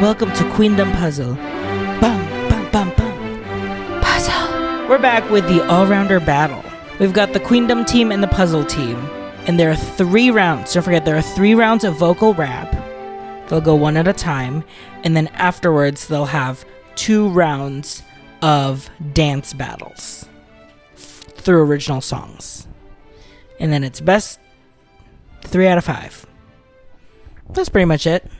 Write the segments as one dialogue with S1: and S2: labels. S1: welcome to Queendom Puzzle. Bum, bum, bum, bum.
S2: Puzzle.
S1: We're back with the all rounder battle. We've got the Queendom team and the Puzzle team. And there are three rounds. Don't forget, there are three rounds of vocal rap. They'll go one at a time. And then afterwards, they'll have two rounds of dance battles f- through original songs. And then it's best three out of five. That's pretty much it.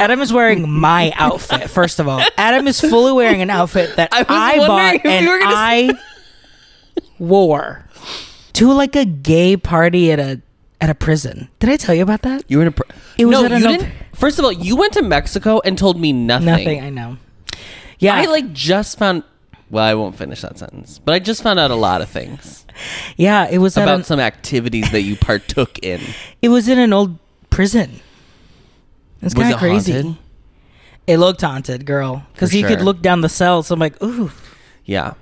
S1: Adam is wearing my outfit, first of all. Adam is fully wearing an outfit that
S2: I
S1: I,
S2: was wondering
S1: bought
S2: if you
S1: and
S2: were gonna
S1: I wore to like a gay party at a at a prison. Did I tell you about that?
S3: You were in a. Pr-
S1: It was
S2: no,
S1: at an
S2: you
S1: op-
S2: didn't. First of all, you went to Mexico and told me nothing.
S1: nothing. I know. Yeah,
S2: I like just found. Well, I won't finish that sentence, but I just found out a lot of things
S1: yeah. It was at
S2: about
S1: an,
S2: some activities that you partook in.
S1: it was in an old prison. It's
S2: Was
S1: kind
S2: it
S1: of crazy.
S2: haunted?
S1: It looked haunted, girl, because
S2: For
S1: you could
S2: sure.
S1: look down the cells. I'm like, ooh,
S2: Yeah.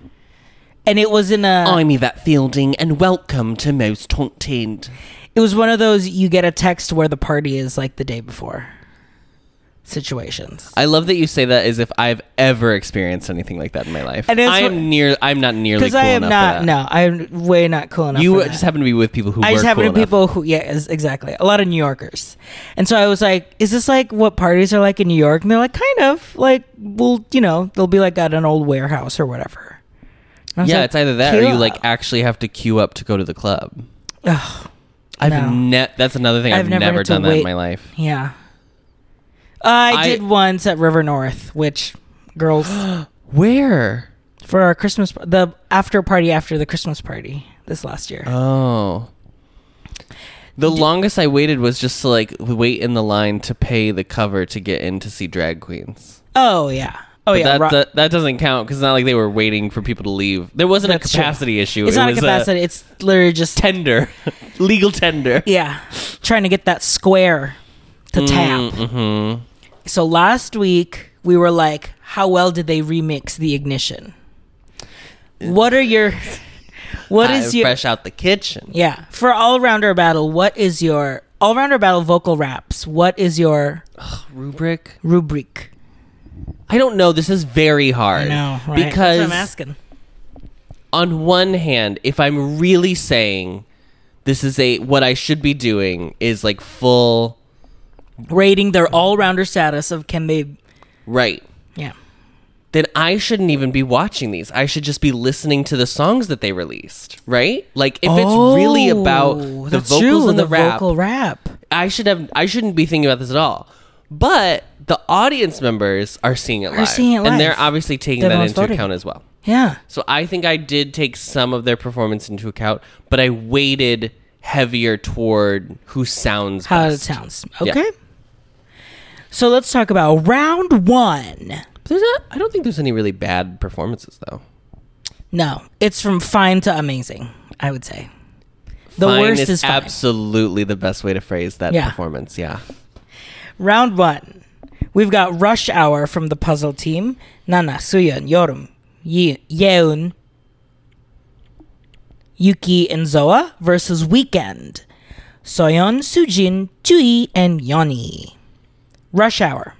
S1: and it was in a.
S2: Oh, I'm Yvette Fielding, and welcome to Most Haunted.
S1: It was one of those you get a text where the party is like the day before situations.
S2: I love that you say that as if I've ever experienced anything like that in my life.
S1: And it's
S2: I
S1: wh-
S2: am near. I'm not nearly
S1: Because
S2: cool
S1: I am
S2: enough.
S1: not.
S2: for that.
S1: No, I'm way not cool enough.
S2: You
S1: for that.
S2: just happen to be with people who.
S1: I
S2: were
S1: just happen
S2: cool
S1: to be
S2: enough.
S1: people who, yeah, is- exactly. A lot of New Yorkers. And so I was like, is this like what parties are like in New York? And they're like, kind of. Like, well, you know, they'll be like at an old warehouse or whatever. And I was
S2: Yeah,
S1: like,
S2: it's either that or
S1: "Cool."
S2: you like actually have to queue up to go to the club.
S1: Ugh,
S2: I've
S1: No.
S2: ne- That's another thing I've,
S1: I've never
S2: never,
S1: had to
S2: done that
S1: wait.
S2: in my life.
S1: yeah. I,
S2: I-
S1: did once at River North, which girls
S2: Where?
S1: for our Christmas, the after party after the Christmas party this last year.
S2: Oh. The longest I waited was just to like wait in the line to pay the cover to get in to see drag queens.
S1: oh yeah. Oh
S2: But
S1: yeah.
S2: that,
S1: Ro-
S2: that that doesn't count because it's not like they were waiting for people to leave. There wasn't a
S1: That's true.
S2: capacity issue.
S1: it's
S2: it
S1: not a
S2: was uh,
S1: capacity. it's literally just
S2: tender, legal tender.
S1: yeah, trying to get that square to
S2: Mm,
S1: tap.
S2: Mm-hmm.
S1: So last week we were like, how well did they remix the ignition? What are your what is your
S2: fresh out the kitchen?
S1: yeah for all rounder battle? What is your all rounder battle vocal raps? What is your
S2: Rubric.
S1: rubric?
S2: I don't know. This is very hard.
S1: That's
S2: Because
S1: what I'm asking.
S2: on one hand, if I'm really saying this is a what I should be doing is like full
S1: Rating their all rounder status of can they?
S2: right,
S1: Yeah.
S2: then I shouldn't even be watching these. I should just be listening to the songs that they released, right? Like if it's really about
S1: Oh,
S2: the
S1: that's
S2: vocals
S1: true,
S2: and the, rap,
S1: vocal rap.
S2: I should have I shouldn't be thinking about this at all. But the audience members are seeing it live.
S1: seeing it live.
S2: And they're obviously taking
S1: They're the
S2: that
S1: ones
S2: into
S1: voting.
S2: account as well.
S1: Yeah.
S2: So I think I did take some of their performance into account, but I weighted heavier toward who sounds
S1: How it
S2: best.
S1: sounds.
S2: Yeah.
S1: Okay. So let's talk about round one.
S2: There's not, I don't think there's any really bad performances though.
S1: No, it's from fine to amazing, I would say. The
S2: Fine
S1: worst is, fine.
S2: absolutely the best way to phrase that
S1: Yeah.
S2: performance. Yeah.
S1: round one. We've got Rush Hour from the puzzle team. Nana, Suyeon, Yorum, Ye- Yeon, Yuki, and Zoa versus Weekend. Soyeon, Sujin, Jui, and Yoni. Rush Hour.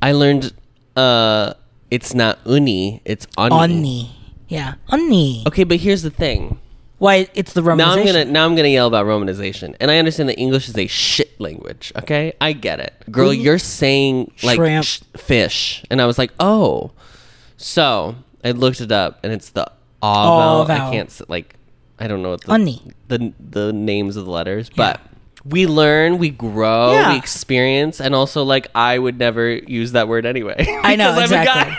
S2: I learned uh it's not uni, it's oni.
S1: Onni. Yeah. Onni.
S2: Okay, but here's the thing.
S1: Why it's the romanization.
S2: Now I'm gonna now I'm gonna yell about romanization. And I understand that English is a shit language, okay? I get it. Girl, you're saying like
S1: Shrimp.
S2: sh- fish. And I was like, "Oh." So, I looked it up and it's the
S1: Aw
S2: aw vowel.
S1: vowel.
S2: I can't s- like I don't know what the
S1: Unni.
S2: the the names of the letters, but we learn, we grow,
S1: Yeah.
S2: we experience, and also like I would never use that word anyway.
S1: I know
S2: because I'm a guy.
S1: exactly.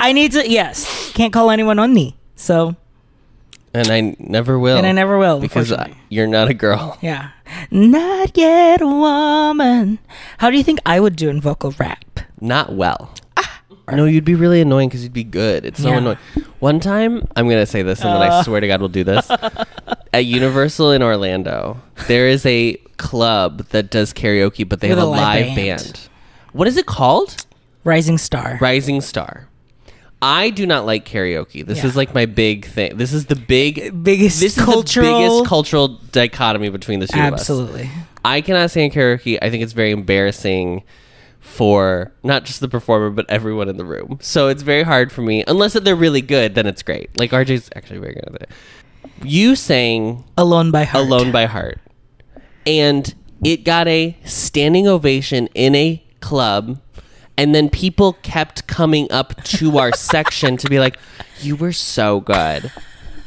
S1: I need to. Yes, can't call anyone on me. So
S2: And I never will.
S1: And I never will,
S2: because I,
S1: unfortunately.
S2: you're not a girl.
S1: yeah, not yet a woman. How do you think I would do in vocal rap?
S2: not well. No, you'd be really annoying because you'd be good. It's so
S1: Ah. Yeah. Ah.
S2: annoying. One time, I'm gonna say this, and then I swear to God, we'll do this. At Universal in Orlando, there is a club that does karaoke, but they
S1: With
S2: have
S1: a
S2: a
S1: live
S2: live
S1: band.
S2: band. What is it called?
S1: Rising star.
S2: Rising Star. I do not like karaoke. This
S1: Yeah.
S2: is like my big thing. This is the big
S1: Biggest
S2: This
S1: cultural.
S2: is the biggest cultural dichotomy between the two of us
S1: Absolutely.
S2: I cannot sing in karaoke. I think it's very embarrassing for not just the performer but everyone in the room. So it's very hard for me. Unless they're really good, then it's great. Like RJ's actually very good at it. You sang
S1: Alone by Heart.
S2: Alone by Heart. And it got a standing ovation in a club. And then people kept coming up to our section to be like, You were so good.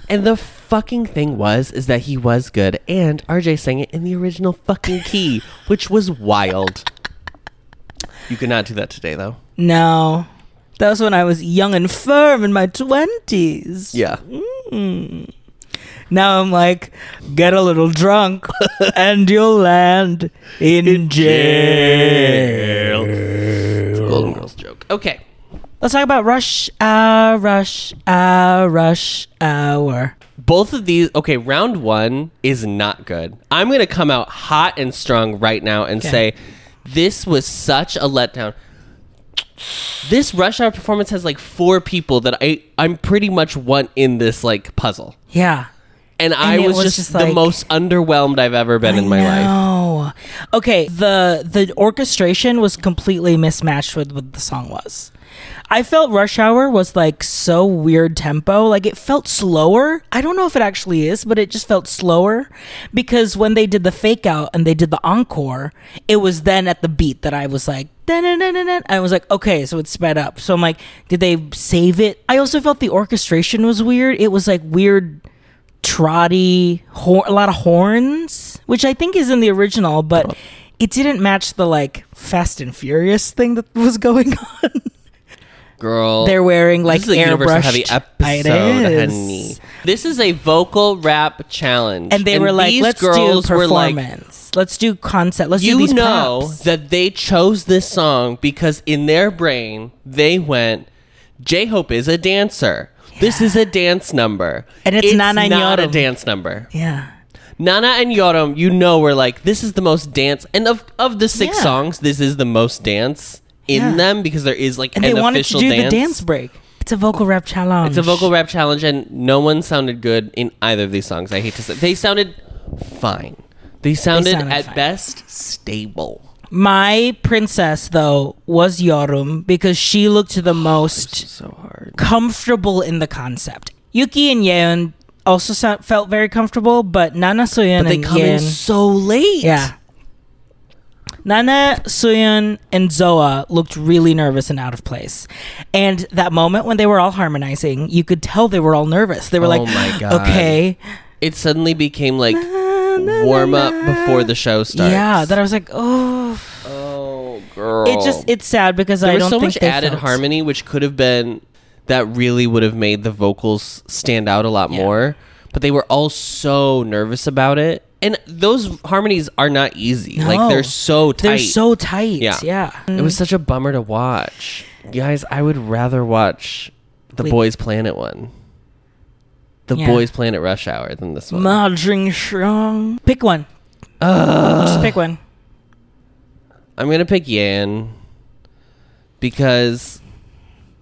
S2: And the fucking thing was, is that he was good. And RJ sang it in the original fucking key, which was wild. You could not do that today, though.
S1: No. That was when I was young and firm in my 20s.
S2: Yeah.
S1: Now I'm like, get a little drunk and you'll land in, jail.
S2: Golden Girls joke. Okay.
S1: Let's talk about rush hour, rush hour, rush hour.
S2: both of these okay round one is not good i'm gonna come out hot and strong right now and
S1: Okay.
S2: say this was such a letdown this rush hour performance has like four people that i i'm pretty much one in this like puzzle
S1: Yeah.
S2: and, i
S1: it
S2: was,
S1: was
S2: just,
S1: just,
S2: the
S1: like-
S2: most underwhelmed i've ever been in my life
S1: no. Okay, the the orchestration was completely mismatched with what the song was. I felt Rush Hour was like so weird tempo. Like it felt slower. I don't know if it actually is, but it just felt slower because when they did the fake out and they did the encore, it was then at the beat that I was like, "Dun-dun-dun-dun-dun." I was like, okay, so it's sped up. So I'm like, did they save it? I also felt the orchestration was weird. It was like weird trotty, hor- a lot of horns, which I think is in the original,
S2: Oh.
S1: but it didn't match the like Fast and Furious thing that was going on.
S2: girl
S1: They're wearing like
S2: this is a universal
S1: airbrushed
S2: heavy episode
S1: It is.
S2: honey this is a vocal rap challenge
S1: And they were like,
S2: these
S1: let's do
S2: girls were like
S1: performance. let's do concept. Let's do
S2: you
S1: these
S2: know
S1: props.
S2: that they chose this song because in their brain they went j hope is a dancer this is a dance number
S1: And it's Nana and
S2: not a
S1: Yoram.
S2: dance number
S1: yeah.
S2: nana and yoram you know we're like this is the most dance and of of the six
S1: Yeah.
S2: songs this is the most dance in
S1: Yeah.
S2: them because there is like
S1: And
S2: an
S1: they wanted to
S2: official
S1: do
S2: dance.
S1: the dance break. It's a vocal rap challenge.
S2: it's a vocal rap challenge and no one sounded good in either of these songs i hate to say they sounded fine they sounded,
S1: sounded
S2: at
S1: fine.
S2: best stable
S1: My princess though was Yorum because she looked
S2: Oh,
S1: the most
S2: so hard
S1: comfortable in the concept. Yuki and Yeon also so- felt very comfortable, but Nana Soyeon
S2: But they
S1: and
S2: come in
S1: Yeon,
S2: so late.
S1: yeah. Nana Soyeon and Zoa looked really nervous and out of place. And that moment when they were all harmonizing, you could tell they were all nervous. They were
S2: Oh
S1: like,
S2: my God.
S1: "Okay,
S2: It suddenly became like
S1: na,
S2: warm
S1: na,
S2: up
S1: na.
S2: before the show starts.
S1: yeah." That I was like, "Oh,
S2: oh, girl.
S1: it just it's sad because I
S2: there was
S1: don't
S2: so
S1: think
S2: much
S1: they
S2: added
S1: felt-
S2: harmony, which could have been that really would have made the vocals stand out a lot more. But they were all so nervous about it, and those harmonies are not easy. Like
S1: No.
S2: they're so tight.
S1: They're so tight.
S2: Yeah.
S1: Yeah,
S2: It was such a bummer to watch. Guys, I would rather watch the
S1: Wait.
S2: Boys Planet one. The
S1: Yeah.
S2: Boys Planet Rush Hour than this one.
S1: Marjorie Strong. Pick one.
S2: Uh.
S1: Just pick one.
S2: I'm gonna pick Yan because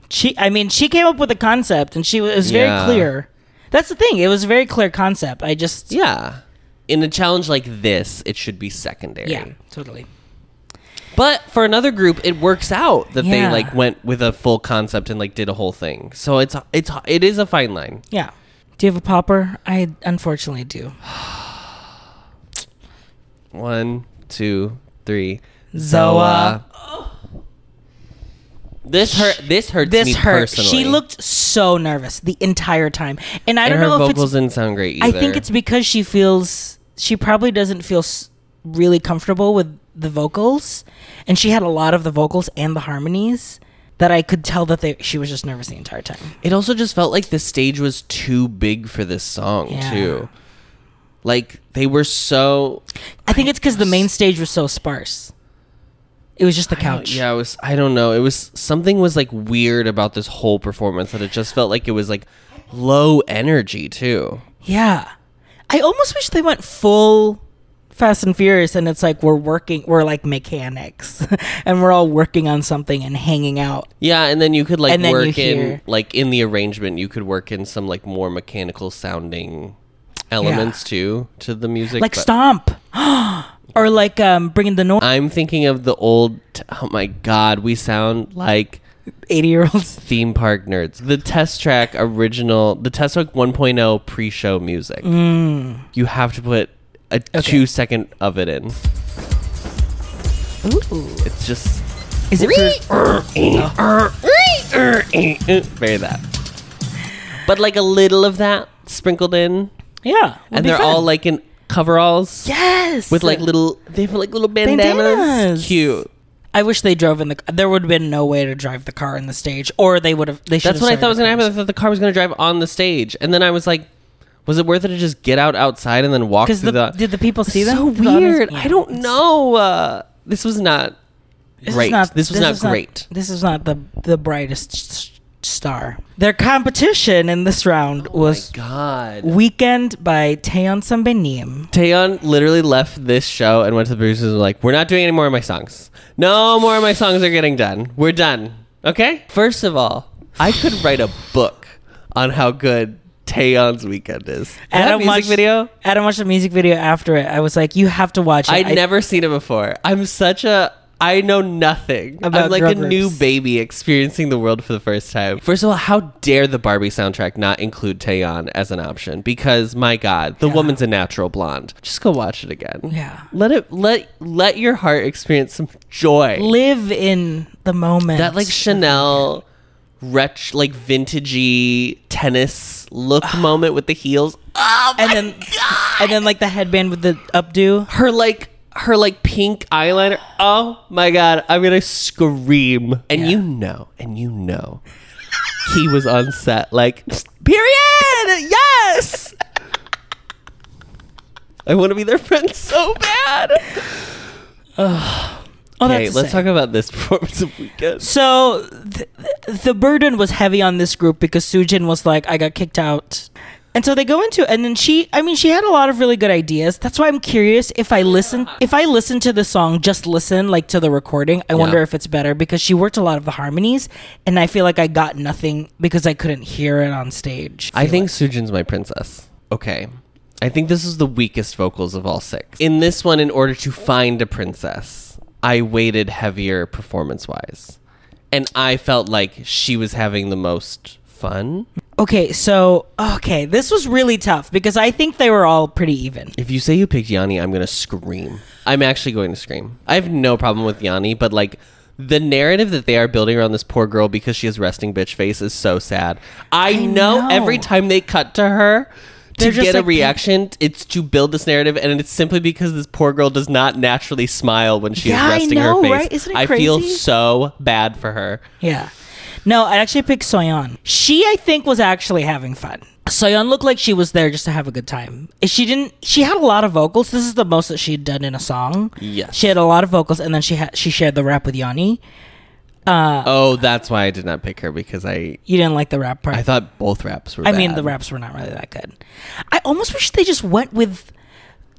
S1: She, I mean, she came up with a concept, and she was, it was very
S2: Yeah.
S1: clear. That's the thing; it was a very clear concept. I just, yeah,
S2: yeah, in a challenge like this, it should be secondary.
S1: totally.
S2: But for another group, it works out that they
S1: Yeah.
S2: like went with a full concept and like did a whole thing. So it's it's it is a fine line.
S1: Yeah. Do you have a popper? I unfortunately do.
S2: One, two, three.
S1: Zoa.
S2: This hurt. This hurts. me
S1: This hurt.
S2: Personally.
S1: She looked so nervous the entire time, and I
S2: And
S1: don't
S2: her
S1: know if it's.
S2: vocals didn't sound great
S1: I
S2: either.
S1: think it's because she feels she probably doesn't feel s- really comfortable with the vocals, and she had a lot of the vocals and the harmonies that I could tell that they, she was just nervous the entire time.
S2: It also just felt like the stage was too big for this song
S1: Yeah.
S2: too. Like they were so
S1: I think it's because the main stage was so sparse. It was just the couch.
S2: yeah, it was I don't know. It was something was like weird about this whole performance that it just felt like it was like low energy too.
S1: Yeah. I almost wish they went full Fast and Furious and it's like we're working, we're like mechanics and we're all working on something and hanging out.
S2: Yeah, and then you could like
S1: And then you
S2: work in
S1: hear-
S2: like in the arrangement you could work in some like more mechanical sounding elements too to the music.
S1: Like
S2: but-
S1: Stomp. Or like um, bringing the noise.
S2: I'm thinking of the old. Oh my god, we sound like
S1: 80 year olds.
S2: theme park nerds. The test track original, the test track 1.0 pre-show music.
S1: Mm.
S2: You have to put a two second of it in.
S1: Ooh.
S2: It's just
S1: Is it for,
S2: very that, but like a little of that sprinkled in,
S1: Yeah. would
S2: and
S1: be
S2: they're all
S1: fun.
S2: like in coveralls
S1: Yes.
S2: with like little. They have like little bandanas.
S1: Bandanas.
S2: Cute.
S1: I wish they drove in the. There would have been no way to drive the car in the stage, or they would have. They should.
S2: That's what I thought was gonna happen. I thought the car was gonna drive on the stage, and then I was like, "Was it worth it to just get out outside and then walk
S1: Because
S2: through
S1: the,
S2: the?"
S1: did the people see them?
S2: so
S1: The audience-
S2: weird.
S1: Yeah.
S2: I don't know. Uh, this was not
S1: This is
S2: great.
S1: not-
S2: this was
S1: is
S2: not great.
S1: this is not the the brightest s- star. Their competition in this round was
S2: Oh God.
S1: Weekend by Taeyeon Sambenim.
S2: Taeyeon literally left this show and went to the producers and was like, "We're not doing any more of my songs. No more of my songs are getting done. We're done. Okay." First of all, I could write a book on how good Taeyeon's weekend is. That music
S1: watched,
S2: video.
S1: Adam watched the music video after it. I was like, you have to watch it.
S2: I'd never seen it before. I'm such a I know nothing.
S1: About
S2: I'm like
S1: girl
S2: a new
S1: groups.
S2: baby experiencing the world for the first time. First of all, how dare the Barbie soundtrack not include Taeyeon as an option? Because my God, the woman's a natural blonde. Just go watch it again.
S1: Yeah.
S2: Let it let let your heart experience some joy.
S1: live in the moment.
S2: that like Chanel retch like vintagey tennis look moment with the heels. Oh
S1: and
S2: my
S1: then and then like the headband with the updo.
S2: her like her like pink eyeliner. Oh my god, I'm gonna scream. And you know, and you know, he was on set like period. Yes. I want to be their friend so bad.
S1: Oh,
S2: Okay,
S1: that's
S2: let's
S1: talk.
S2: talk about this performance of weekend.
S1: So th- th- the burden was heavy on this group because Sujin was like, I got kicked out. And so they go into and then she I mean she had a lot of really good ideas. That's why I'm curious if I listen if I listen to the song just listen like to the recording, I wonder if it's better because she worked a lot of the harmonies and I feel like I got nothing because I couldn't hear it on stage.
S2: I think Sujin's my princess. Okay. I think this is the weakest vocals of all six. In this one, in order to find a princess, I weighted heavier performance wise. And I felt like she was having the most fun.
S1: Okay, so okay, this was really tough because I think they were all pretty even.
S2: If you say you picked Yanni, I'm going to scream. I'm actually going to scream. I have no problem with Yanni, but like the narrative that they are building around this poor girl because she has resting bitch face is so sad. I,
S1: know.
S2: know, every time they cut to her to
S1: They're just
S2: get a
S1: like-
S2: reaction, it's to build this narrative, and it's simply because this poor girl does not naturally smile when she
S1: Yeah, I
S2: is resting
S1: know,
S2: her face.
S1: right? Isn't it
S2: I feel
S1: crazy?
S2: so bad for her.
S1: Yeah. No, I actually picked Soyeon. She, I think, was actually having fun. Soyeon looked like she was there just to have a good time. She didn't. She had a lot of vocals. This is the most that she had done in a song.
S2: Yes.
S1: She had a lot of vocals, and then she had she shared the rap with Yanni. Uh,
S2: oh, that's why I did not pick her because I
S1: You didn't like the rap part.
S2: I thought both raps were.
S1: I mean,
S2: bad.
S1: the raps were not really that good. I almost wish they just went with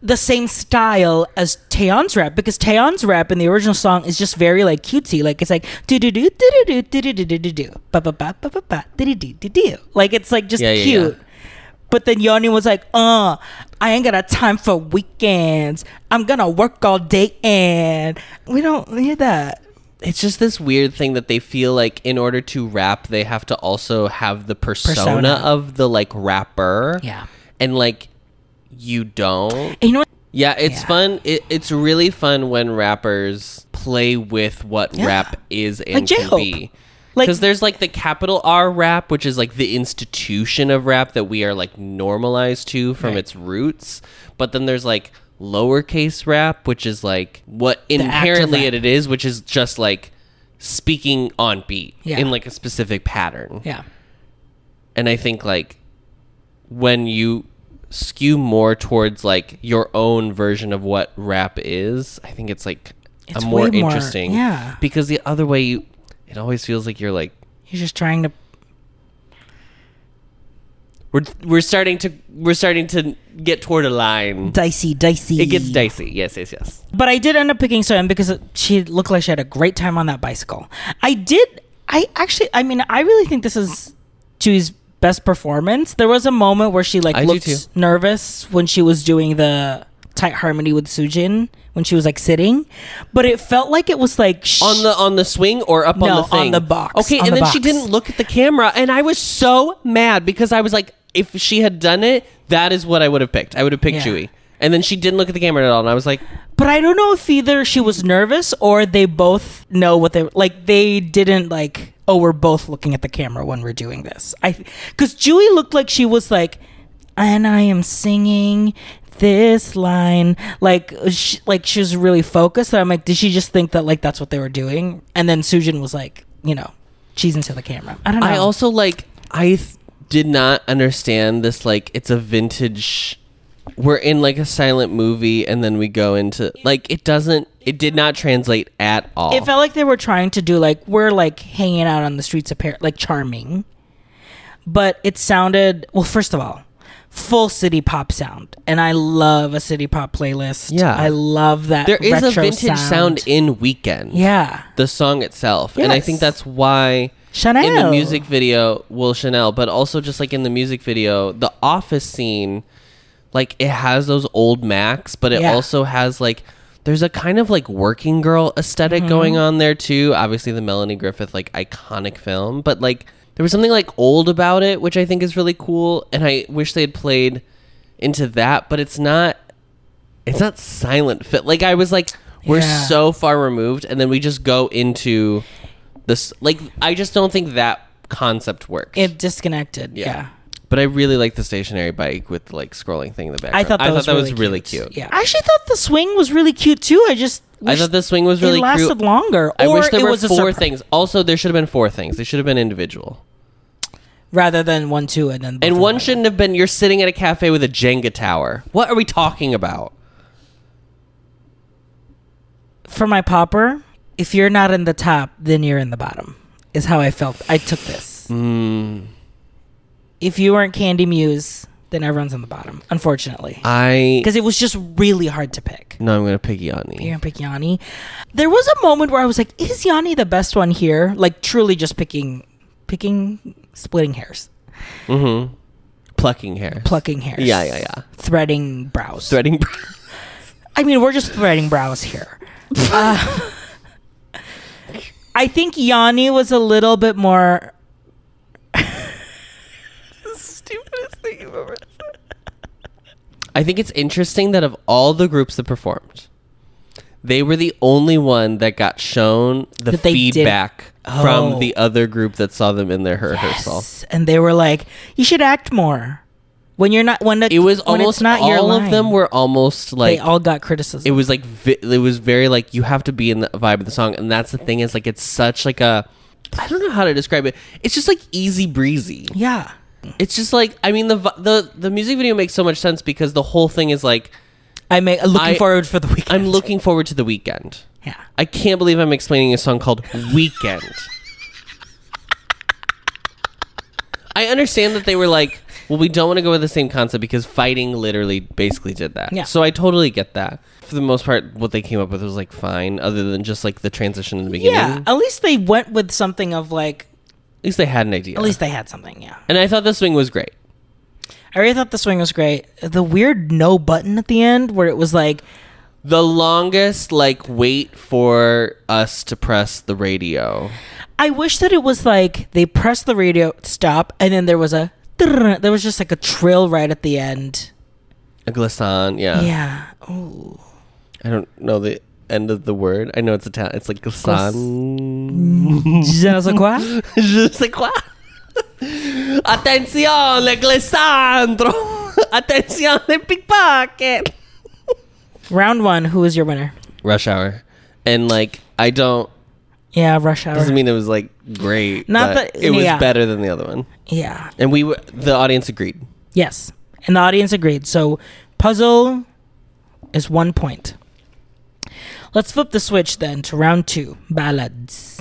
S1: the same style as Taeyeon's rap because Taeyeon's rap in the original song is just very like cutesy. Like it's like do do do do do do do do do do do ba ba ba ba ba ba do do do do do. Like it's like just
S2: Yeah, yeah,
S1: cute.
S2: yeah.
S1: But then Yoni was like, uh, I ain't got a time for weekends. I'm gonna work all day and we don't hear that.
S2: it's just this weird thing that they feel like in order to rap they have to also have the persona,
S1: Persona.
S2: of the like rapper
S1: Yeah.
S2: and like you don't
S1: And you know what?
S2: yeah it's
S1: Yeah.
S2: fun it, it's really fun when rappers play with what
S1: Yeah.
S2: rap is and
S1: Like
S2: can
S1: J-Hope.
S2: be
S1: Like-
S2: because there's like the capital R rap, which is like the institution of rap that we are like normalized to from
S1: Right.
S2: its roots. But then there's like lowercase rap, which is like what
S1: act of
S2: inherently
S1: rap.
S2: it it is, which is just like speaking on beat
S1: Yeah.
S2: in like a specific pattern.
S1: Yeah.
S2: And I think like when you skew more towards like your own version of what rap is, I think it's like
S1: It's
S2: a more
S1: way more-
S2: interesting.
S1: yeah.
S2: Because the other way you it always feels like you're like
S1: He's just trying to
S2: we're we're starting to we're starting to get toward a line.
S1: dicey, dicey.
S2: It gets dicey. Yes, yes, yes.
S1: But I did end up picking Soyeon because she looked like she had a great time on that bicycle. I did. I actually. I mean, I really think this is Chu's best performance. There was a moment where she like
S2: I do too.
S1: looked nervous when she was doing the tight harmony with Sujin, when she was like sitting, but it felt like it was like sh-
S2: on the on the swing or up
S1: No,
S2: on the
S1: on
S2: thing
S1: the box,
S2: okay
S1: on
S2: and
S1: the
S2: then she
S1: box.
S2: didn't look at the camera and i was so mad because i was like if she had done it that is what i would have picked i would have picked
S1: Yeah.
S2: chewie and then she didn't look at the camera at all and i was like
S1: But I don't know if either she was nervous or they both know what they like. They didn't like. Oh, we're both looking at the camera when we're doing this. I because Julie looked like she was like, and I am singing this line like she, like she was really focused. And I'm like, did she just think that like that's what they were doing? And then Sujin was like, you know, she's into the camera. I don't know.
S2: i also like i th- did not understand this like it's a vintage we're in like a silent movie and then we go into like it doesn't it did not translate at all
S1: It felt like they were trying to do like we're like hanging out on the streets of Paris, like charming. But it sounded well. First of all, full city pop sound, and I love a city pop playlist.
S2: Yeah.
S1: I love that.
S2: there is a
S1: retro
S2: vintage sound, in weekend
S1: yeah,
S2: the song itself and i
S1: Yes.
S2: think that's why
S1: Chanel
S2: in the music video will chanel but also just like in the music video the office scene like it has those old macs but it
S1: Yeah.
S2: also has like there's a kind of like working girl esthetic
S1: Mm-hmm.
S2: going on there too obviously the melanie griffith like iconic film but like there was something like old about it which i think is really cool and i wish they had played into that but it's not it's not silent fit like i was like we're
S1: Yeah.
S2: so far removed and then we just go into this like i just don't think that concept works
S1: It disconnected. Yeah.
S2: but i really like the stationary bike with the, like scrolling thing in the back
S1: I thought that was, really,
S2: cute,
S1: Yeah, I actually thought the swing was really cute too. I just
S2: i
S1: wish
S2: thought the swing was
S1: it
S2: really
S1: lasted
S2: cute
S1: longer.
S2: i
S1: or
S2: wish there
S1: it
S2: were
S1: was a
S2: four
S1: surprise-
S2: things also there should have been four things they should have been individual
S1: rather than one, two, and then both of
S2: and one
S1: them.
S2: shouldn't have been you're sitting at a cafe with a jenga tower what are we talking about
S1: for my popper, if you're not in the top, then you're in the bottom. Is how I felt. I took this.
S2: Hmm.
S1: If you weren't Candy Muse, then everyone's on the bottom. Unfortunately,
S2: i
S1: because it was just really hard to pick.
S2: no i'm gonna pick yanni
S1: You're gonna pick Yanni. There was a moment where I was like, "Is Yanni the best one here?" Like truly, just picking, picking, splitting hairs,
S2: Mm-hmm. plucking hair
S1: plucking hairs.
S2: yeah yeah yeah
S1: Threading brows.
S2: threading
S1: I mean, we're just threading brows here. Uh, I think Yanni was a little bit more.
S2: stupidest thing you've ever I think it's interesting that of all the groups that performed, they were the only one that got shown the
S1: That they did-
S2: feedback
S1: Oh.
S2: from the other group that saw them in their rehearsal.
S1: Yes. And they were like, "You should act more when you're not when the,
S2: It was
S1: when
S2: almost
S1: it's not
S2: all
S1: your
S2: of
S1: line."
S2: them were almost
S1: They
S2: like
S1: all got criticism.
S2: it was like vi- it was very like you have to be in the vibe of the song, and that's the thing is like it's such like a I don't know how to describe it. It's just like easy breezy.
S1: yeah,
S2: It's just like I mean the vi- the the music video makes so much sense because the whole thing is like
S1: I make looking
S2: I-
S1: forward for the weekend.
S2: I'm looking forward to the weekend.
S1: Yeah,
S2: I can't believe I'm explaining a song called Weekend. I understand that they were like, well, we don't want to go with the same concept because fighting literally basically did that.
S1: Yeah.
S2: So I totally get that. For the most part, what they came up with was like fine, other than just like the transition in the beginning.
S1: yeah. At least they went with something of like.
S2: At least they had an idea.
S1: At least they had something. Yeah,
S2: and I thought this swing was great.
S1: I really thought the swing was great. The weird no button at the end, where it was like,
S2: The longest like wait for us to press the radio.
S1: I wish that it was like they pressed the radio stop, and then there was a there was just like a trill right at the end.
S2: A glisson, yeah.
S1: Yeah. Oh
S2: I don't know the end of the word. I know it's Italian. It's like glisson.
S1: Je ne sais quoi.
S2: Je sais quoi. Attenzione, glissandro. Attenzione, pickpocket.
S1: Round one. Who is your winner?
S2: Rush hour, and like I don't
S1: Yeah, rush hour.
S2: doesn't mean it was like great.
S1: Not
S2: but
S1: that-
S2: it was
S1: yeah.
S2: better than the other one,
S1: yeah.
S2: and we were, the audience agreed.
S1: Yes. And the audience agreed. So puzzle is one point. Let's flip the switch then to round two ballads.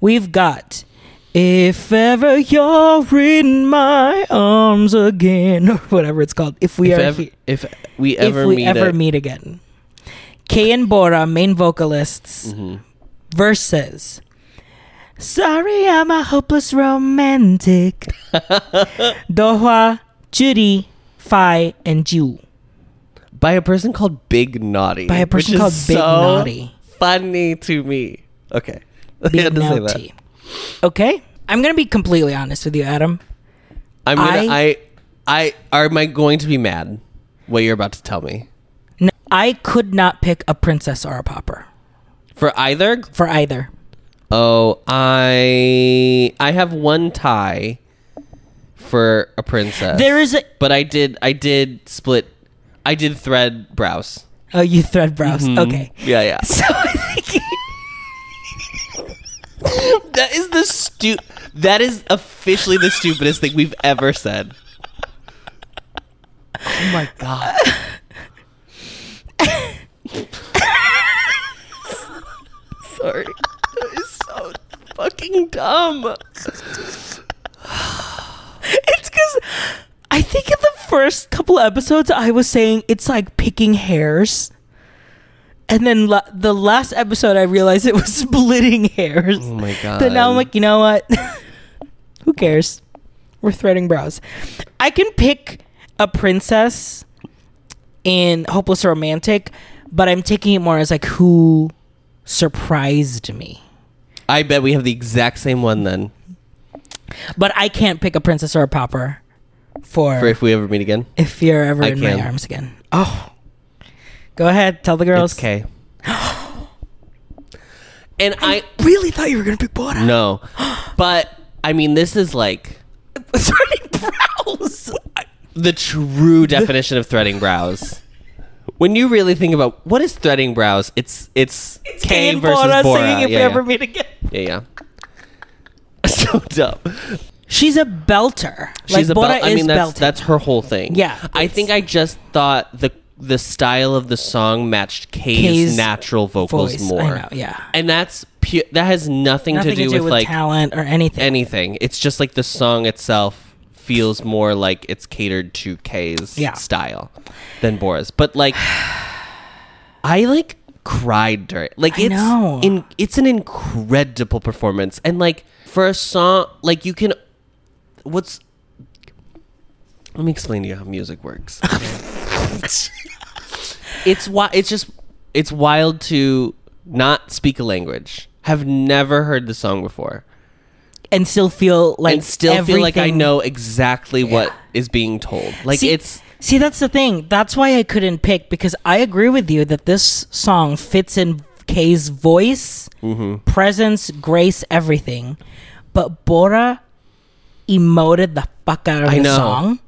S1: We've got if ever you're in my arms again, or whatever it's called. If we
S2: If
S1: are
S2: ever,
S1: he-
S2: if we ever
S1: if we
S2: meet,
S1: ever
S2: at-
S1: meet again. Kay and Bora, main vocalists,
S2: Mm-hmm.
S1: versus Sorry, I'm a hopeless romantic. Dohwa, Judy, Fai, and Ju.
S2: by a person called Big Naughty.
S1: By a person
S2: which is
S1: called Big
S2: so
S1: Naughty.
S2: Funny to me. Okay. I
S1: Big
S2: had to say that.
S1: Naughty. Okay? I'm going to be completely honest with you, Adam.
S2: I'm gonna.
S1: I-
S2: I, I. Are am I going to be mad? What you're about to tell me
S1: No, I could not pick a princess or a pauper
S2: for either?
S1: for either.
S2: Oh, I. I have one tie for a princess.
S1: There is a.
S2: but I did. I did split. I did thread brows.
S1: Oh, you thread brows.
S2: Mm-hmm.
S1: Okay.
S2: Yeah, yeah.
S1: So I think.
S2: That is the stu. That is officially the stupidest thing we've ever said. Oh my god. Sorry. That is so fucking dumb.
S1: It's because I think in the first couple episodes I was saying it's like picking hairs, and then la- the last episode I realized it was splitting hairs.
S2: Oh my god.
S1: But now I'm like, you know what? Who cares? We're threading brows. I can pick a princess in Hopeless Romantic, but I'm taking it more as like who surprised me.
S2: I bet we have the exact same one then.
S1: But I can't pick a princess or a pauper for,
S2: For if we ever meet again.
S1: if you're ever
S2: I
S1: in
S2: can.
S1: my arms again. Oh. Go ahead, tell the girls.
S2: It's K. and I
S1: Really thought you were gonna pick Bora.
S2: no. But I mean this is like
S1: Threading brows.
S2: the true definition of threading brows. When you really think about what is threading brows, it's it's,
S1: Kay
S2: K
S1: and
S2: versus
S1: Bora
S2: Bora.
S1: singing
S2: yeah,
S1: if we
S2: yeah.
S1: ever meet again.
S2: yeah, yeah. So dumb.
S1: She's a belter.
S2: She's
S1: like,
S2: a bel-
S1: Bora
S2: I
S1: is
S2: mean, that's
S1: belting.
S2: that's her whole thing.
S1: Yeah,
S2: I
S1: it's-
S2: think I just thought the the style of the song matched Kay's,
S1: Kay's
S2: natural vocals
S1: voice.
S2: more.
S1: I know, yeah.
S2: and that's pu- that has nothing,
S1: Nothing
S2: to do with, like
S1: talent or anything.
S2: anything. It's just like the song itself feels more like it's catered to Kay's
S1: Yeah.
S2: style than Bora's. But like, I like cried during. Like
S1: I
S2: it's
S1: know.
S2: in it's an incredible performance, and like for a song, like you can, what's. Let me explain to you how music works. it's wi- it's just it's wild to not speak a language. Have never heard the song before
S1: and still feel like
S2: and still feel like I
S1: everything-
S2: know exactly what is being told. Like
S1: See,
S2: it's
S1: see, that's the thing. That's why I couldn't pick because I agree with you that this song fits in Kay's voice,
S2: Mm-hmm.
S1: presence, grace, everything. But Bora emoted the fuck out of
S2: I
S1: the
S2: know.
S1: song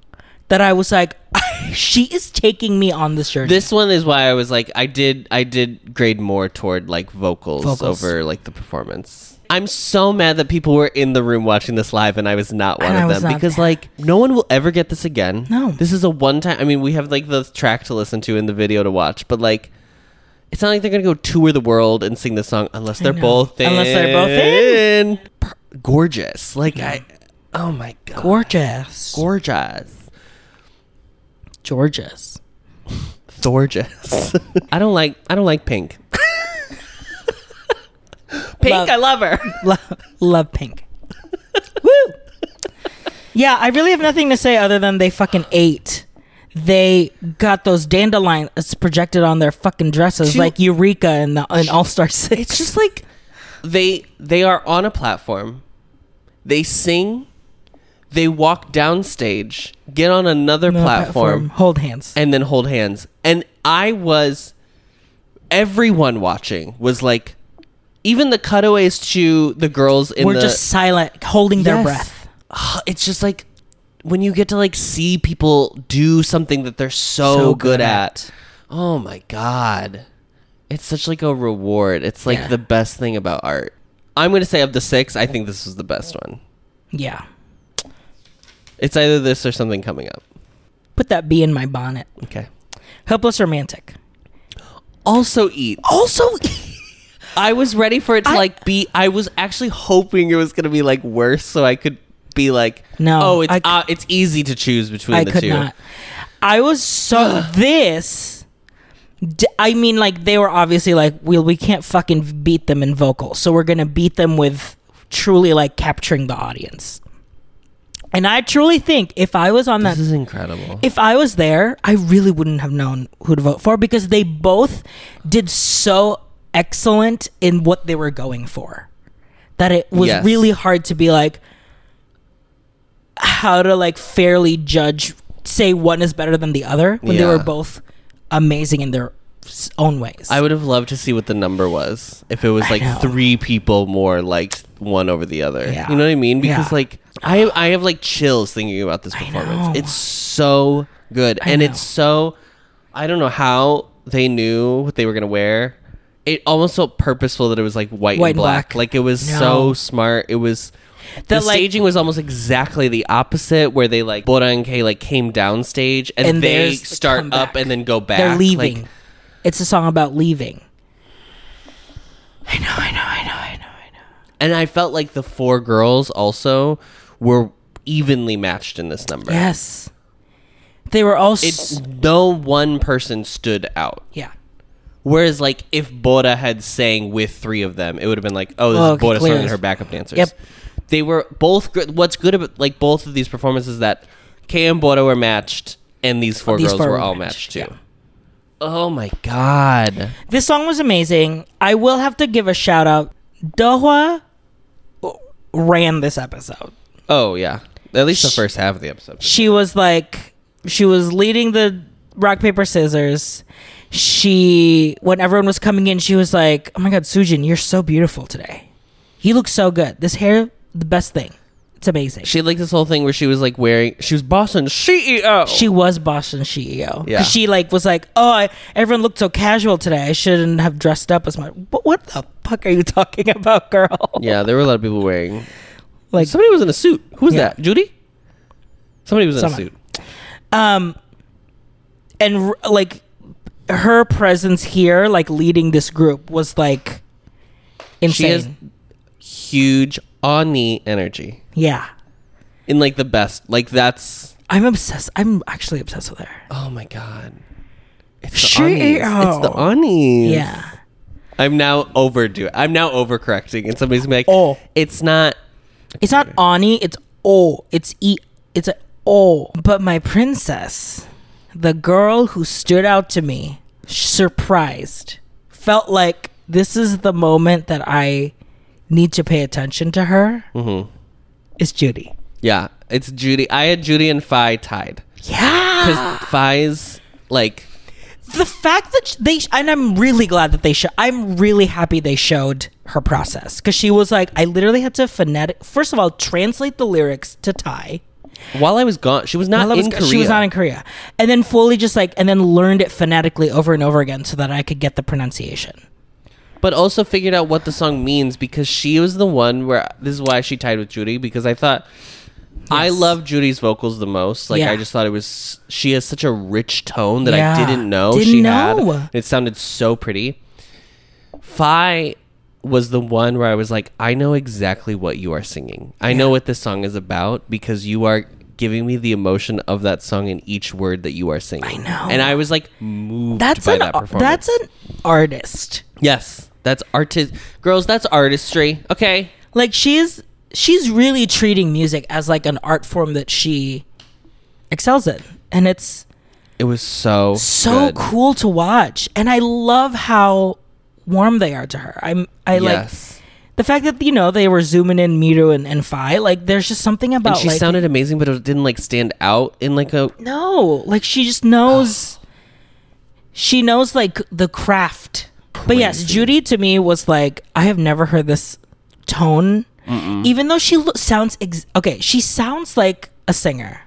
S1: that I was like, she is taking me on this journey.
S2: this one is why I was like I did I did grade more toward like vocals,
S1: Vocals.
S2: over like the performance. I'm so mad that people were in the room watching this live and I was not one
S1: And I
S2: of
S1: was
S2: them
S1: not
S2: because
S1: there.
S2: like no one will ever get this again.
S1: No.
S2: This is a one time I mean we have like the track to listen to and the video to watch, but like it's not like they're gonna go tour the world and sing this song unless they're
S1: know.
S2: both in.
S1: Unless they're both
S2: in. Per- gorgeous. Like I oh my god.
S1: gorgeous,
S2: gorgeous.
S1: gorgeous.
S2: Gorgeous. I don't like I don't like pink. pink,
S1: Love-
S2: I love her.
S1: Lo- love pink. Woo! Yeah, I really have nothing to say other than they fucking ate. They got those dandelions projected on their fucking dresses,
S2: Two-
S1: like Eureka and the in All Star Six.
S2: It's just like they they are on a platform. They sing, they walk downstage, get on another
S1: No
S2: platform,
S1: Hold hands.
S2: and then hold hands. And I was everyone watching was like even the cutaways to the girls in
S1: We're
S2: the
S1: just silent, holding their
S2: Yes.
S1: breath.
S2: Ah, it's just like when you get to like see people do something that they're so,
S1: So
S2: good,
S1: good
S2: at. Oh my god. It's such like a reward. It's like
S1: Yeah.
S2: the best thing about art. I'm going to say of the 6, I think this is the best one.
S1: Yeah.
S2: It's either this or something coming up.
S1: Put that bee in my bonnet.
S2: Okay.
S1: Helpless romantic.
S2: Also eat.
S1: Also,
S2: I was ready for it to
S1: I-
S2: like be I was actually hoping it was going to be like worse so I could be like
S1: No,
S2: oh it's
S1: I c-
S2: uh, it's easy to choose between
S1: I
S2: the
S1: could
S2: two.
S1: not. I was so this. d- I mean, like they were obviously like, we we can't fucking beat them in vocal, so we're gonna beat them with truly like capturing the audience. And I truly think if I was on that
S2: This is incredible.
S1: if I was there, I really wouldn't have known who to vote for because they both did so excellent in what they were going for that it was
S2: Yes.
S1: really hard to be like how to like fairly judge say one is better than the other when they
S2: Yeah.
S1: were both amazing in their s- own ways.
S2: I would have loved to see what the number was if it was like
S1: know.
S2: three people more liked one over the other.
S1: Yeah.
S2: You know what I mean? Because
S1: Yeah.
S2: like I I have like chills thinking about this performance.
S1: know.
S2: It's so good and
S1: know.
S2: it's so I don't know how they knew what they were gonna wear. It almost felt purposeful that it was like
S1: White
S2: white, and
S1: and
S2: black.
S1: black.
S2: Like it was
S1: No.
S2: so smart. It was the,
S1: like-
S2: staging was almost exactly the opposite, where they like Bora and Kay like came downstage and,
S1: And
S2: they
S1: there's the
S2: start up
S1: comeback.
S2: and then go back.
S1: They're
S2: Like,
S1: leaving. it's a song about leaving. I know, I know, I know, I know, I know.
S2: And I felt like the four girls also were evenly matched in this number.
S1: Yes. They were all s-
S2: It's no one person stood out.
S1: yeah.
S2: Whereas like if Bora had sang with three of them, it would have been like, oh, this
S1: Oh,
S2: is Bora
S1: clear.
S2: song and her backup dancers.
S1: Yep.
S2: They were both good. What's good about like both of these performances is that Kay and Bora were matched and these four
S1: These
S2: girls
S1: four
S2: were
S1: were
S2: all matched,
S1: matched,
S2: too. Oh my god.
S1: This song was amazing. I will have to give a shout out. Dohwa ran this episode.
S2: Oh yeah. At least the first half of the episode.
S1: She was like, she was leading the rock, paper, scissors. She, when everyone was coming in, she was like, oh my God, Sujin, you're so beautiful today. You look so good. This hair, the best thing. It's amazing. She,
S2: She had like this whole thing where she was like wearing she was E Boston CEO.
S1: was Boston CEO.
S2: Yeah.
S1: Because she like was like, oh, I, everyone looked so casual today. I shouldn't have dressed up as much. But what the fuck are you talking about, girl?
S2: Yeah, there were a lot of people wearing.
S1: Like,
S2: Somebody was in a suit. Who was
S1: Yeah.
S2: that? Judy? Somebody was in
S1: Someone.
S2: a suit.
S1: um and r- like her presence here like leading this group was like
S2: She
S1: insane
S2: has huge on knee energy.
S1: yeah
S2: In like the best. Like that's
S1: i'm obsessed i'm actually obsessed with her
S2: oh my god. It's the
S1: She-
S2: Anis. It's the Anis.
S1: yeah
S2: I'm now overdo it. I'm now overcorrecting. And somebody's gonna be like,
S1: Oh.
S2: it's not
S1: it's not ani it's o it's e it's a o but my princess the girl who stood out to me surprised felt like this is the moment that i need to pay attention to her mm-hmm. it's judy
S2: Yeah. It's Judy. I had Judy and Phi tied.
S1: yeah
S2: Because Phi's like
S1: the fact that sh- they sh- and I'm really glad that they show. I'm really happy they showed her process because she was like, I literally had to phonetic. First of all, translate the lyrics to Thai.
S2: while I was gone, she was not
S1: While I was
S2: in
S1: go-
S2: Korea.
S1: She was not in Korea, and then fully just like and then learned it phonetically over and over again so that I could get the pronunciation.
S2: but also figured out what the song means because she was the one where this is why she tied with Judy because I thought I
S1: Yes.
S2: love Judy's vocals the most. Like I
S1: Yeah.
S2: just thought it was she has such a rich tone that I
S1: Yeah.
S2: didn't know
S1: Didn't
S2: she
S1: know.
S2: had. It sounded so pretty. Phi was the one where I was like, I know exactly what you are singing. I know what this song is about because you are giving me the emotion of that song in each word that you are singing. I
S1: know.
S2: and I was like moved
S1: That's
S2: by
S1: an
S2: that
S1: ar-
S2: performance.
S1: that's an artist.
S2: Yes, that's artist. Girls, that's artistry. Okay.
S1: Like she's she's really treating music as like an art form that she excels in, and it's
S2: It was so
S1: so
S2: good.
S1: cool to watch and i love how warm they are to her i'm i
S2: Yes.
S1: like the fact that you know they were zooming in Miru and, and Fi, like there's just something about
S2: and she
S1: like
S2: sounded amazing, but it didn't like stand out in like a.
S1: no, like she just knows, she knows like the craft. But yes,
S2: Crazy.
S1: Judy to me was like I have never heard this tone, even though she lo- sounds ex- okay. She sounds like a singer.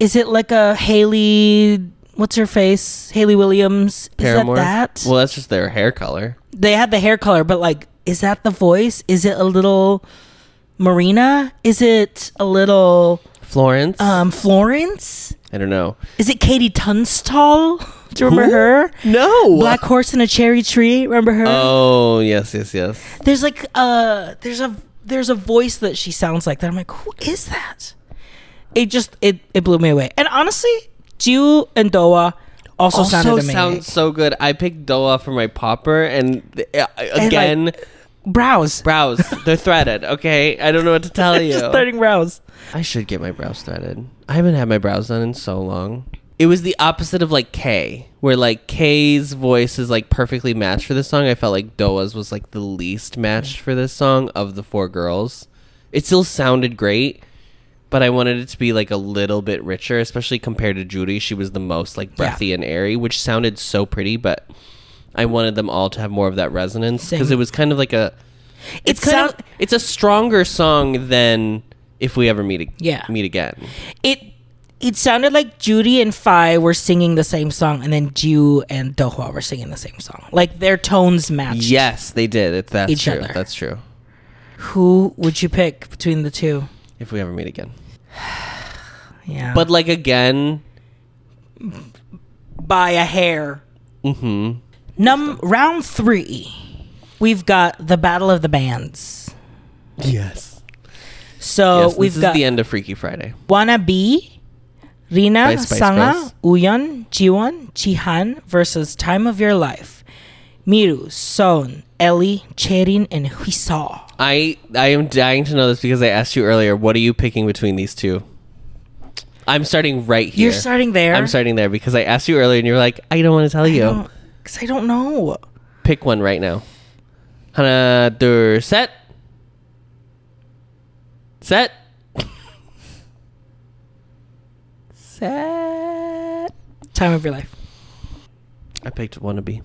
S1: Is it like a Haley? What's her face? Haley Williams? Is
S2: Paramore.
S1: that that?
S2: Well, that's just their hair color.
S1: they had the hair color, but like, is that the voice? Is it a little Marina? Is it a little
S2: Florence.
S1: um, Florence?
S2: I don't know.
S1: Is it Katie Tunstall? Do you remember her?
S2: No.
S1: Black horse in a cherry tree. Remember her?
S2: Oh yes, yes, yes.
S1: there's like uh there's a there's a voice that she sounds like that. I'm like, who is that? It just it it blew me away. And honestly, Ju and Doa also,
S2: Also
S1: sounded amazing.
S2: sounds so good. I picked Doa for my popper, and th- uh,
S1: like,
S2: again,
S1: brows.
S2: Brows, they're threaded, okay? I don't know what to tell you.
S1: Just threading brows.
S2: I should get my brows threaded. I haven't had my brows done in so long. It was the opposite of like K, where like K's voice is like perfectly matched for this song. I felt like Doa's was like the least matched for this song of the four girls. It still sounded great, but I wanted it to be like a little bit richer, especially compared to Judy. She was the most like breathy and airy, which sounded so pretty, but I wanted them all to have more of that resonance because
S1: Same.
S2: it was kind of like a
S1: It
S2: it's kind
S1: sound
S2: of it's a stronger song than if we ever meet ag-
S1: Yeah.
S2: meet again.
S1: it it sounded like Judy and Phi were singing the same song, and then Ju and Dohwa were singing the same song. Like their tones matched.
S2: Yes, they did. It, that's
S1: Each
S2: true.
S1: other.
S2: That's true.
S1: Who would you pick between the two?
S2: If we ever meet again,
S1: Yeah,
S2: but like again,
S1: by a hair. Mm-hmm. Num round three, we've got the battle of the bands.
S2: yes.
S1: So
S2: yes
S1: Oh, we've
S2: this
S1: got
S2: is the end of Freaky Friday.
S1: Wannabe, Rina,
S2: By Spice
S1: Sanga,
S2: Girls.
S1: Uyeon, Jiwon, Jihan versus Time of Your Life. Miru, Son, Ellie, Cherin, and Huisaw.
S2: I I am dying to know this because I asked you earlier. What are you picking between these two? I'm starting right here.
S1: You're starting there?
S2: I'm starting there because I asked you earlier, and you were like, "I don't want to tell you."
S1: Because I don't know.
S2: Pick one right now. Hana, dur, set. Set. set.
S1: Time of Your Life.
S2: I picked Wannabe.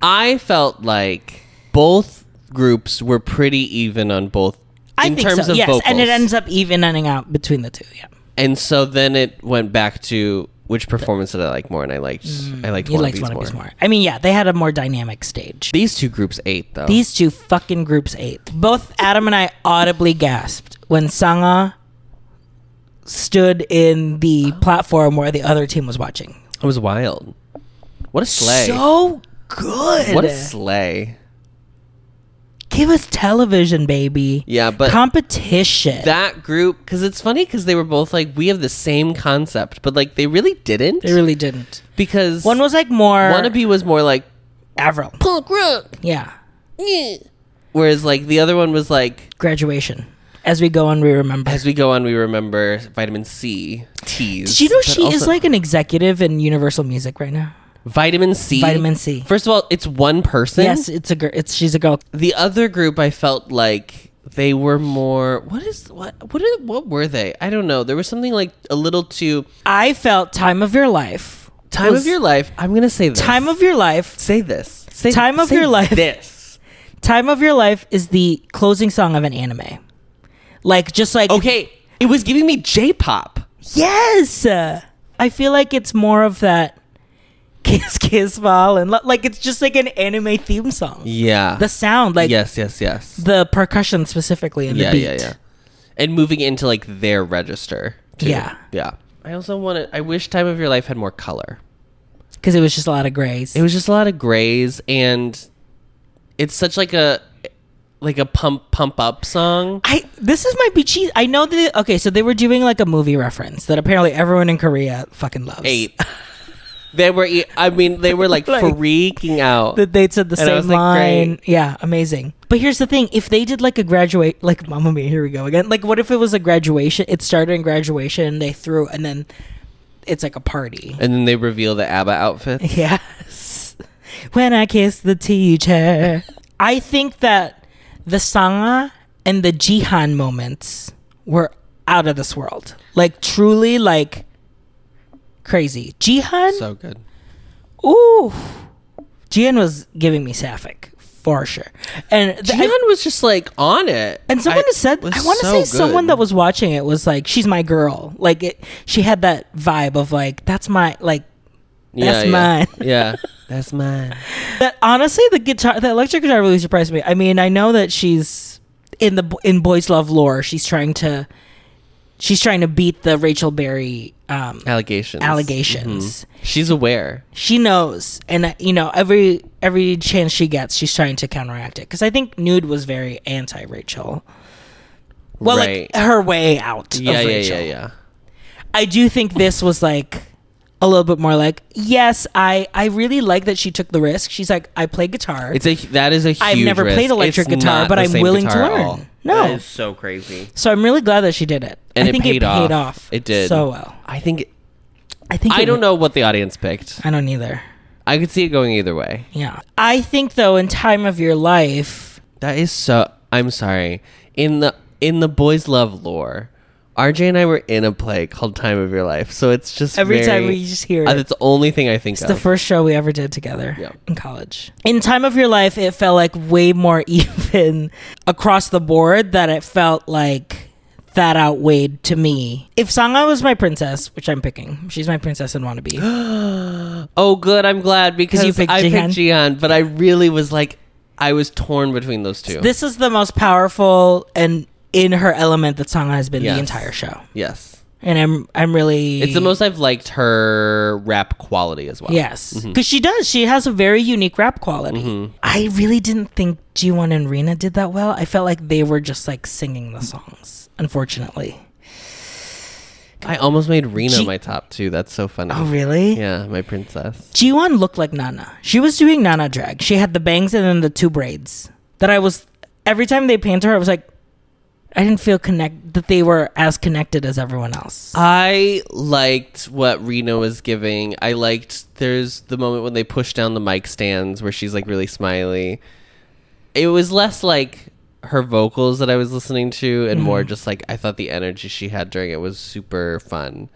S2: I felt like both groups were pretty even on both
S1: I
S2: in
S1: think
S2: terms
S1: so.
S2: of
S1: yes,
S2: vocals.
S1: and it ends up evening out between the two. Yeah.
S2: And so then it went back to which performance did I like more, and I liked I liked
S1: Mm, You like
S2: Wannabe's
S1: to
S2: more.
S1: be smart. I mean, yeah, they had a more dynamic stage.
S2: These two groups ate though.
S1: These two fucking groups ate. Both Adam and I audibly gasped when Sanga stood in the platform where the other team was watching.
S2: it was wild. What a slay!
S1: So good.
S2: what a slay!
S1: Give us television, baby.
S2: Yeah, but
S1: Competition.
S2: that group because it's funny because they were both like we have the same concept but like they really didn't
S1: they really didn't.
S2: because
S1: One was like more
S2: wannabe was more like
S1: Avril.
S2: punk rock
S1: Yeah.
S2: yeah. whereas like the other one was like
S1: Graduation. As we go on, we remember.
S2: as we go on we remember vitamin c teas
S1: Did you know
S2: but
S1: she is
S2: also-
S1: like an executive in Universal Music right now?
S2: vitamin c
S1: Vitamin C.
S2: first of all it's one person
S1: yes, it's a girl. It's she's a girl.
S2: the other group i felt like they were more what is what what are, what were they i don't know there was something like a little too
S1: I felt time of your life.
S2: time
S1: was-
S2: of your life i'm gonna say this
S1: Time of your life.
S2: Say this. Say,
S1: Time of
S2: say
S1: your life.
S2: This.
S1: Time of your life is the closing song of an anime. Like just like
S2: Okay. It was giving me J-pop.
S1: Yes, I feel like it's more of that kiss, kiss, fall, and lo- like it's just like an anime theme song.
S2: Yeah.
S1: The sound, like
S2: yes. Yes. Yes.
S1: the percussion specifically, and
S2: Yeah.
S1: the beat.
S2: Yeah. Yeah. And moving into like their register. too.
S1: Yeah.
S2: Yeah. I also wanted. I wish Time of Your Life had more color.
S1: Because it was just a lot of grays.
S2: It was just a lot of grays, and it's such like a like a pump pump up song.
S1: I this is might be cheesy. I know that okay, so they were doing like a movie reference that apparently everyone in Korea fucking loves.
S2: Eight. they were. e- I mean, they were like,
S1: Like-
S2: freaking out.
S1: that they said the
S2: And I was
S1: same
S2: like, great.
S1: line. yeah, amazing. But here's the thing: if they did like a graduate, like Mamma Mia, here we go again. Like, what if it was a graduation? It started in graduation. They threw, and then it's like a party.
S2: and then they reveal the ABBA outfit.
S1: Yes. When I kiss the teacher, I think that the Sangha and the Jihan moments were out of this world. Like truly, like crazy. Jihan
S2: so good.
S1: Ooh. Gian was giving me sapphic for sure. And th-
S2: Gian
S1: I-
S2: was just like on it.
S1: and someone has said
S2: was
S1: I want to
S2: so
S1: say
S2: good.
S1: someone that was watching it was like she's my girl. Like it she had that vibe of like that's my like that's
S2: yeah.
S1: mine.
S2: yeah, that's mine.
S1: that honestly the guitar the electric guitar really surprised me. I mean, I know that she's in the in boys love lore, she's trying to she's trying to beat the Rachel Berry um
S2: Allegations.
S1: allegations.
S2: She's aware.
S1: she knows and uh, you know every every chance she gets she's trying to counteract it because i think nude was very anti rachel well
S2: Right.
S1: like her way out
S2: Yeah,
S1: of
S2: yeah,
S1: rachel
S2: yeah, yeah.
S1: i do think this was like a little bit more like, yes, I I really like that she took the risk. She's like, I play guitar.
S2: It's a that is a huge.
S1: I've never
S2: risk.
S1: played electric
S2: It's
S1: guitar,
S2: not
S1: but
S2: the
S1: I'm
S2: same
S1: willing to
S2: guitar at
S1: learn.
S2: all.
S1: No.
S2: that is so crazy.
S1: so I'm really glad that she did it.
S2: And
S1: I think
S2: it paid off.
S1: off.
S2: It did
S1: so well.
S2: I think. It,
S1: I think
S2: I
S1: it-
S2: don't know what the audience picked.
S1: I don't either.
S2: I could see it going either way.
S1: Yeah. I think though, in time of your life,
S2: That is so. I'm sorry. In the in the boys' love lore, RJ and I were in a play called Time of Your Life. So it's just
S1: Every
S2: very-
S1: time we just hear
S2: Uh,
S1: it.
S2: That's the only thing I think
S1: it's
S2: of.
S1: the first show we ever did together
S2: Yeah.
S1: in college. In time of your life, it felt like way more even across the board. That it felt like that outweighed to me. If Sangha was my princess, which I'm picking, she's my princess and wannabe.
S2: oh, good. I'm glad because
S1: you picked
S2: I
S1: Jihan.
S2: picked Jihan, but I really was like, I was torn between those two.
S1: This is the most powerful and in her element that Sangha has been
S2: Yes.
S1: the entire show,
S2: yes,
S1: and I'm I'm really
S2: it's the most I've liked her rap quality as well.
S1: yes
S2: Mm-hmm.
S1: because she does she has a very unique rap quality. I really didn't think G1 and Rena did that well. I felt like they were just like singing the songs. Unfortunately,
S2: I almost made Rena
S1: G-
S2: my top two. That's so funny.
S1: oh really?
S2: Yeah, my princess.
S1: G1 looked like Nana. She was doing Nana drag. She had the bangs and then the two braids. That I was every time they panned to her, I was like, I didn't feel connect that they were as connected as everyone else.
S2: I liked what Rena was giving. I liked there's the moment when they push down the mic stands where she's like really smiley. It was less like her vocals that I was listening to and more
S1: Mm-hmm.
S2: just like I thought the energy she had during it was super fun.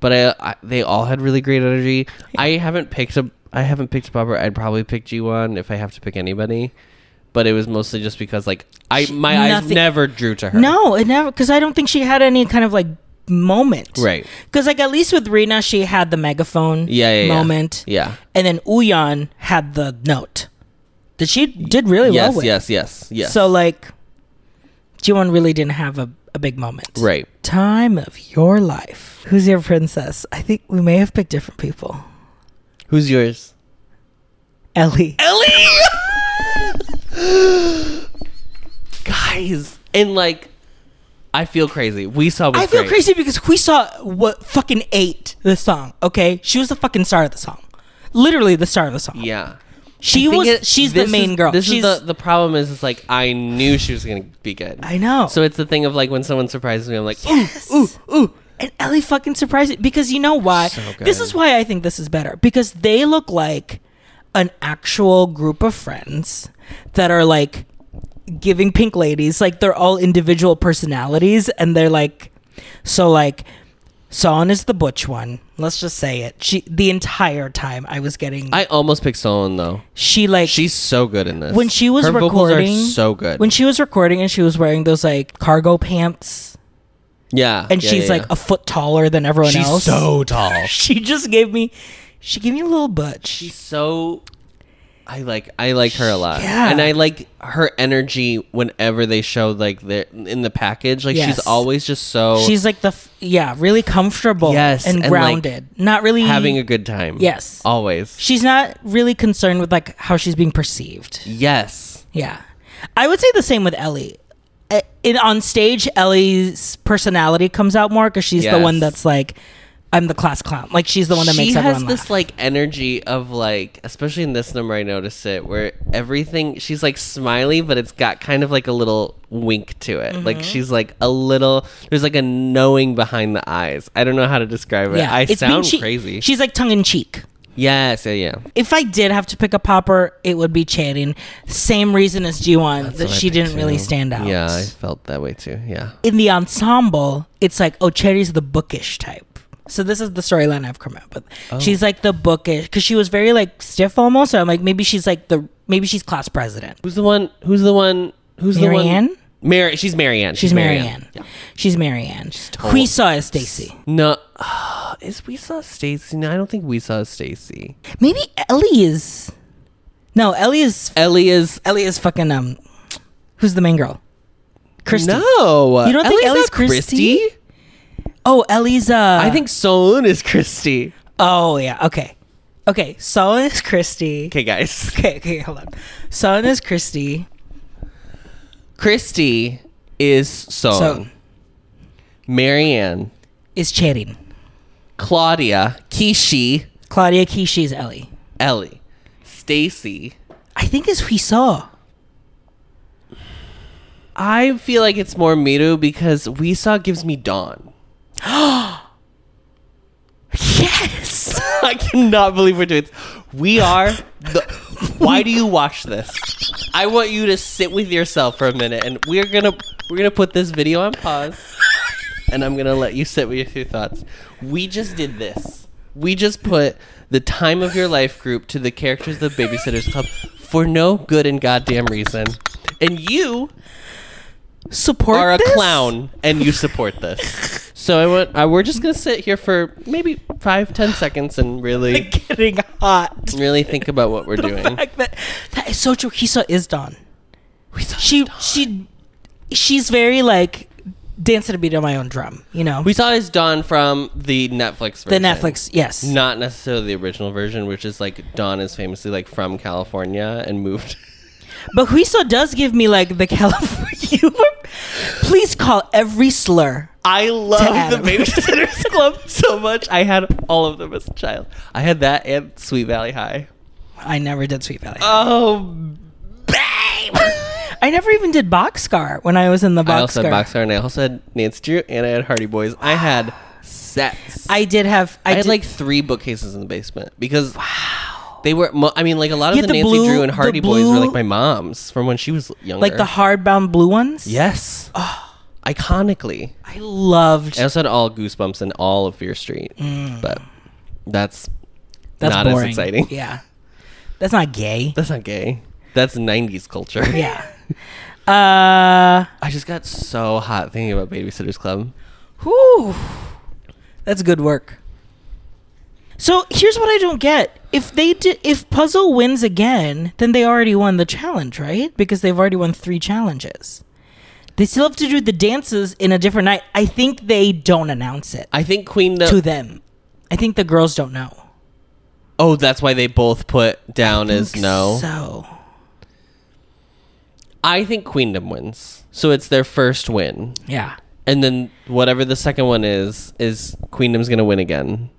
S2: But I, I they all had really great energy. I haven't picked a I haven't picked Bobber. I'd probably pick G1 if I have to pick anybody. But it was mostly just because like I my eyes
S1: nothing-
S2: never drew to her.
S1: No, it never because I don't think she had any kind of like moment.
S2: Right.
S1: Because like at least with Rena, she had the megaphone.
S2: Yeah, yeah, yeah.
S1: moment.
S2: Yeah.
S1: And then Uyan had the note that she did really
S2: yes,
S1: well with.
S2: yes, yes, yes.
S1: So like, Jiwon really didn't have a, a big moment.
S2: right.
S1: Time of your life. Who's your princess? I think we may have picked different people.
S2: Who's yours?
S1: Ellie.
S2: Ellie! Guys, and like, I feel crazy. We saw. Was
S1: I feel
S2: great.
S1: crazy because we saw what fucking ate the song. Okay, she was the fucking star of the song. Literally the star of the song.
S2: Yeah.
S1: She
S2: I think
S1: was.
S2: it-
S1: she's the
S2: this
S1: main
S2: is-
S1: girl.
S2: This
S1: she's.
S2: is the the problem. Is it's like I knew she was gonna be good.
S1: I know.
S2: So it's the thing of like when someone surprises me, I'm like,
S1: yes. Ooh, ooh. And Ellie fucking surprised it because you know why?
S2: So good.
S1: this is why I think this is better because they look like an actual group of friends that are like giving pink ladies like they're all individual personalities and they're like so like Son is the butch one. Let's just say it. She the entire time I was getting
S2: I almost picked Solon though.
S1: she like
S2: She's so good in this.
S1: when she was
S2: Her
S1: recording
S2: vocals are so good.
S1: when she was recording and she was wearing those like cargo pants
S2: yeah,
S1: and
S2: yeah,
S1: she's
S2: yeah,
S1: like
S2: yeah.
S1: a foot taller than everyone
S2: she's
S1: else
S2: so tall.
S1: she just gave me she gave me a little butch
S2: she's so I like I like her a lot.
S1: Yeah.
S2: And I like her energy whenever they show like the in the package. Like
S1: Yes.
S2: she's always just so
S1: she's like the f- yeah really comfortable
S2: Yes,
S1: and,
S2: and, like,
S1: grounded not really
S2: having a good time.
S1: Yes.
S2: Always.
S1: she's not really concerned with like how she's being perceived
S2: Yes.
S1: yeah i would say the same with ellie Uh, in on stage ellie's personality comes out more because she's the
S2: Yes.
S1: one that's like i'm the class clown like she's the one that
S2: she
S1: makes
S2: has
S1: everyone
S2: this
S1: laugh
S2: like energy of like especially in this number I notice it where everything she's like smiley but it's got kind of like a little wink to
S1: Mm-hmm.
S2: it. Like she's like a little there's like a knowing behind the eyes. I don't know how to describe it. I
S1: it's being
S2: sound
S1: che-
S2: crazy.
S1: She's like tongue in cheek.
S2: yes, yeah, yeah.
S1: If I did have to pick a popper, it would be Channing. Same reason as G1 that
S2: what I
S1: she
S2: think,
S1: didn't really
S2: too.
S1: stand out.
S2: Yeah, I felt that way too. Yeah.
S1: In the ensemble, it's like, oh, Cherry's the bookish type. So this is the storyline I've come up with.
S2: Oh.
S1: She's like the bookish because she was very like stiff almost. So I'm like, maybe she's like the maybe she's class president.
S2: Who's the one? Who's the one? Who's the
S1: Marianne?
S2: one? Mary. She's Marianne.
S1: She's
S2: Marianne.
S1: Marianne. She's Marianne.
S2: total-
S1: We saw as Stacy.
S2: No, is we saw Stacy? No, I don't think we saw Stacy.
S1: Maybe Ellie is. No, Ellie is
S2: Ellie is
S1: Ellie is fucking um. Who's the main girl? Christy.
S2: no.
S1: You don't think Ellie's
S2: not Christy?
S1: Christy? Oh, Ellie's. Uh,
S2: I think Solon is Christy.
S1: Oh yeah. Okay. Okay. Solon is Christy.
S2: Okay, guys.
S1: Okay. Okay. Hold on. Solon is Christy.
S2: Christy is Solon.
S1: So
S2: Marianne
S1: is Channing.
S2: Claudia, Kishi,
S1: Claudia Kishi is Ellie.
S2: Ellie, Stacy.
S1: I think is who he saw.
S2: I feel like it's more Miru because we saw gives me Dawn.
S1: Yes.
S2: I cannot believe we're doing this. We are the. Why do you watch this? I want you to sit with yourself for a minute, and we're gonna we're gonna put this video on pause, and I'm gonna let you sit with your thoughts. We just did this. We just put the time of your life group to the characters of the Babysitters Club for no good and goddamn reason, and you
S1: Support
S2: are a
S1: this?
S2: clown and you support this. So I want. I, we're just gonna sit here for maybe five, ten seconds and really
S1: Getting hot.
S2: really think about what we're
S1: The
S2: doing.
S1: fact that that is so true. Hisa is Dawn. She she she's very like dancing to beat on my own drum. You know
S2: We saw his Dawn from the Netflix
S1: the
S2: version.
S1: Netflix. Yes.
S2: Not necessarily the original version, which is like Dawn is famously like from California and moved.
S1: But Huiso does give me like the California. You were- please call every slur.
S2: I love the
S1: Adam.
S2: Babysitters Club so much. I had all of them as a child. I had that and Sweet Valley High.
S1: I never did Sweet Valley.
S2: Oh, babe!
S1: I never even did Boxcar when I was in the Boxcar.
S2: I also had Boxcar, and I also had Nance Drew, and I had Hardy Boys. I had sets. I,
S1: I did have. I,
S2: had
S1: did,
S2: like three bookcases in the basement because wow, they were. Mo- I mean, like a lot of
S1: You
S2: the,
S1: had the
S2: Nancy
S1: blue-
S2: Drew and
S1: the
S2: Hardy Boys were like
S1: blue-
S2: my mom's from when she was younger.
S1: like the hardbound blue ones.
S2: yes, iconically.
S1: I loved.
S2: I also had all Goosebumps and all of Fear Street, but that's
S1: Mm. That's
S2: not
S1: boring.
S2: as exciting.
S1: Yeah, that's not gay.
S2: That's not gay. That's '90s culture.
S1: yeah. Uh.
S2: I just got so hot thinking about Babysitters Club.
S1: Whew. That's good work. So here's what I don't get. If they did if Puzzle wins again, then they already won the challenge, right? Because they've already won three challenges. They still have to do the dances in a different night. I think they don't announce it
S2: I think Queen.
S1: to them. I think the girls don't know.
S2: Oh, that's why they both put down as no.
S1: So
S2: I think Queendom wins. So it's their first win.
S1: yeah.
S2: And then whatever the second one is, is Queendom's going to win again.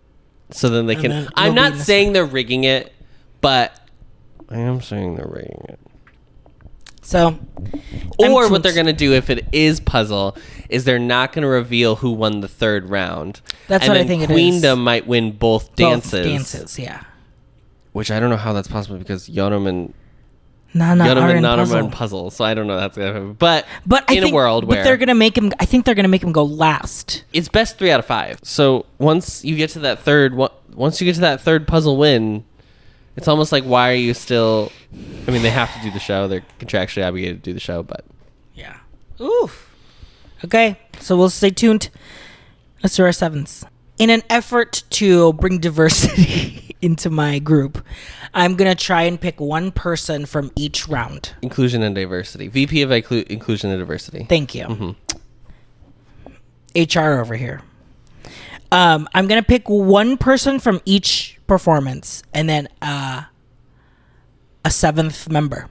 S2: So then they can.
S1: then
S2: I'm
S1: it'll be
S2: not
S1: in the
S2: saying they're rigging it, but I am saying they're rigging it.
S1: So I'm
S2: Or what
S1: cont-
S2: they're going to do if it is puzzle is they're not going to reveal who won the third round.
S1: That's
S2: and
S1: what I
S2: then
S1: think it is.
S2: Queendom might win both dances,
S1: both dances, yeah.
S2: which I don't know how that's possible because Yonam and
S1: Nana
S2: Yonam
S1: are
S2: and
S1: in
S2: Nanam
S1: puzzle.
S2: are in puzzle, so I don't know how that's going to happen. But,
S1: But I
S2: in
S1: think,
S2: a world
S1: but
S2: where
S1: they're gonna make him I think they're gonna make him go last.
S2: it's best three out of five. So once you get to that third, one- once you get to that third puzzle win, it's almost like why are you still? I mean, they have to do the show. They're contractually obligated to do the show, but
S1: Yeah. Oof. Okay, so we'll stay tuned. Let's do our sevens. In an effort to bring diversity into my group, I'm gonna try and pick one person from each round.
S2: inclusion and diversity. VP of inclu- inclusion and diversity.
S1: Thank you. HR over here. Um, I'm gonna pick one person from each performance, and then uh, a seventh member,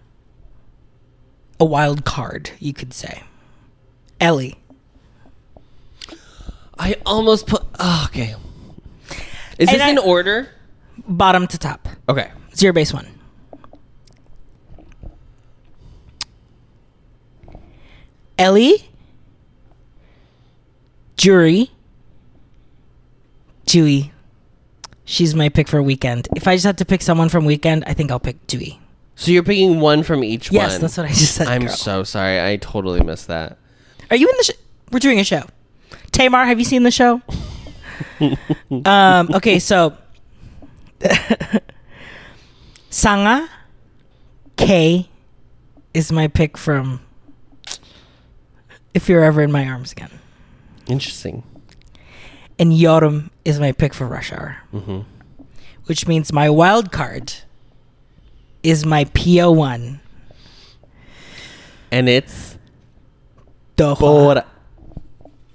S1: a wild card, you could say. Ellie.
S2: I almost put. Oh, okay.
S1: And
S2: Is this
S1: I-
S2: in order?
S1: bottom to top.
S2: Okay.
S1: Zero base one. Ellie, Jury, Dewey. She's my pick for weekend. If I just had to pick someone from weekend, I think I'll pick Dewey.
S2: So you're picking one from each
S1: Yes,
S2: one.
S1: that's what I just said.
S2: I'm
S1: girl.
S2: so sorry. I totally missed that.
S1: Are you in the? Sh- We're doing a show. Tamar, have you seen the show? um, okay, so Sanga K is my pick from If You're Ever in My Arms Again,
S2: Interesting.
S1: and Yoram is my pick for Rush Hour,
S2: Hmm. Mm-hmm.
S1: which means my wild card is my PO one.
S2: And it's
S1: Doha.
S2: Bora.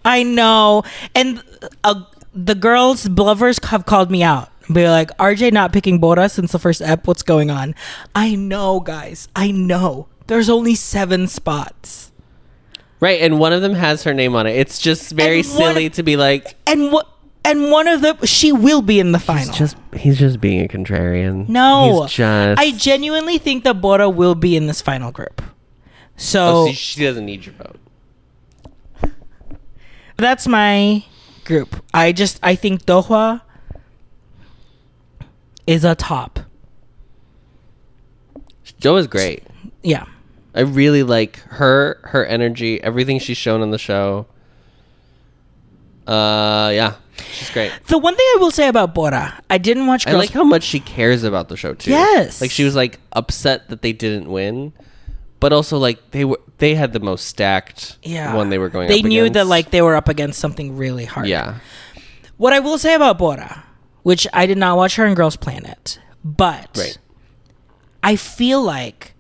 S1: I know. And uh, the girls, bluffers, have called me out. Be like, RJ not picking Bora since the first ep. What's going on? I know, guys. I know. There's only seven spots.
S2: Right, and one of them has her name on it. It's just very
S1: And one-
S2: silly to be like,
S1: And what? and one of the she will be in the final.
S2: He's just he's just being a contrarian.
S1: no,
S2: he's just.
S1: I genuinely think that Bora will be in this final group. So
S2: Oh, see, she doesn't need your vote.
S1: that's my group. I just I think Doha is a top.
S2: Joe is great.
S1: Yeah.
S2: I really like her, her energy, everything she's shown on the show. Uh, yeah, she's great.
S1: The one thing I will say about Bora, I didn't watch
S2: I
S1: Girls
S2: like how much she cares about the show too.
S1: Yes.
S2: like she was like upset that they didn't win, but also like they were they had the most stacked
S1: yeah.
S2: one they were going.
S1: They
S2: up
S1: knew that
S2: against.
S1: like they were up against something really hard.
S2: yeah,
S1: What I will say about Bora, which I did not watch her in Girls Planet, but
S2: right.
S1: I feel like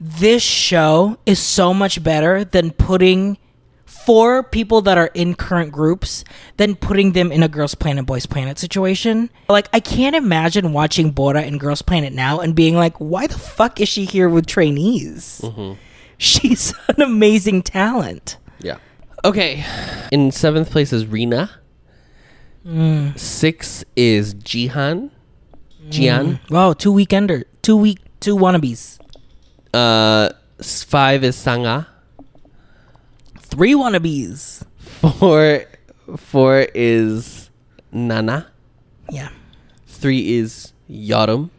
S1: this show is so much better than putting four people that are in current groups than putting them in a girls planet boys planet situation like i can't imagine watching bora in girls planet now and being like why the fuck is she here with trainees she's an amazing talent
S2: Yeah. Okay. In seventh place is Rina. Six is Jihan. Jihan.
S1: wow two weekender two week two wannabes
S2: Uh, s- five is Sangha.
S1: three wannabes
S2: Four, four is Nana.
S1: yeah
S2: Three is Yorum.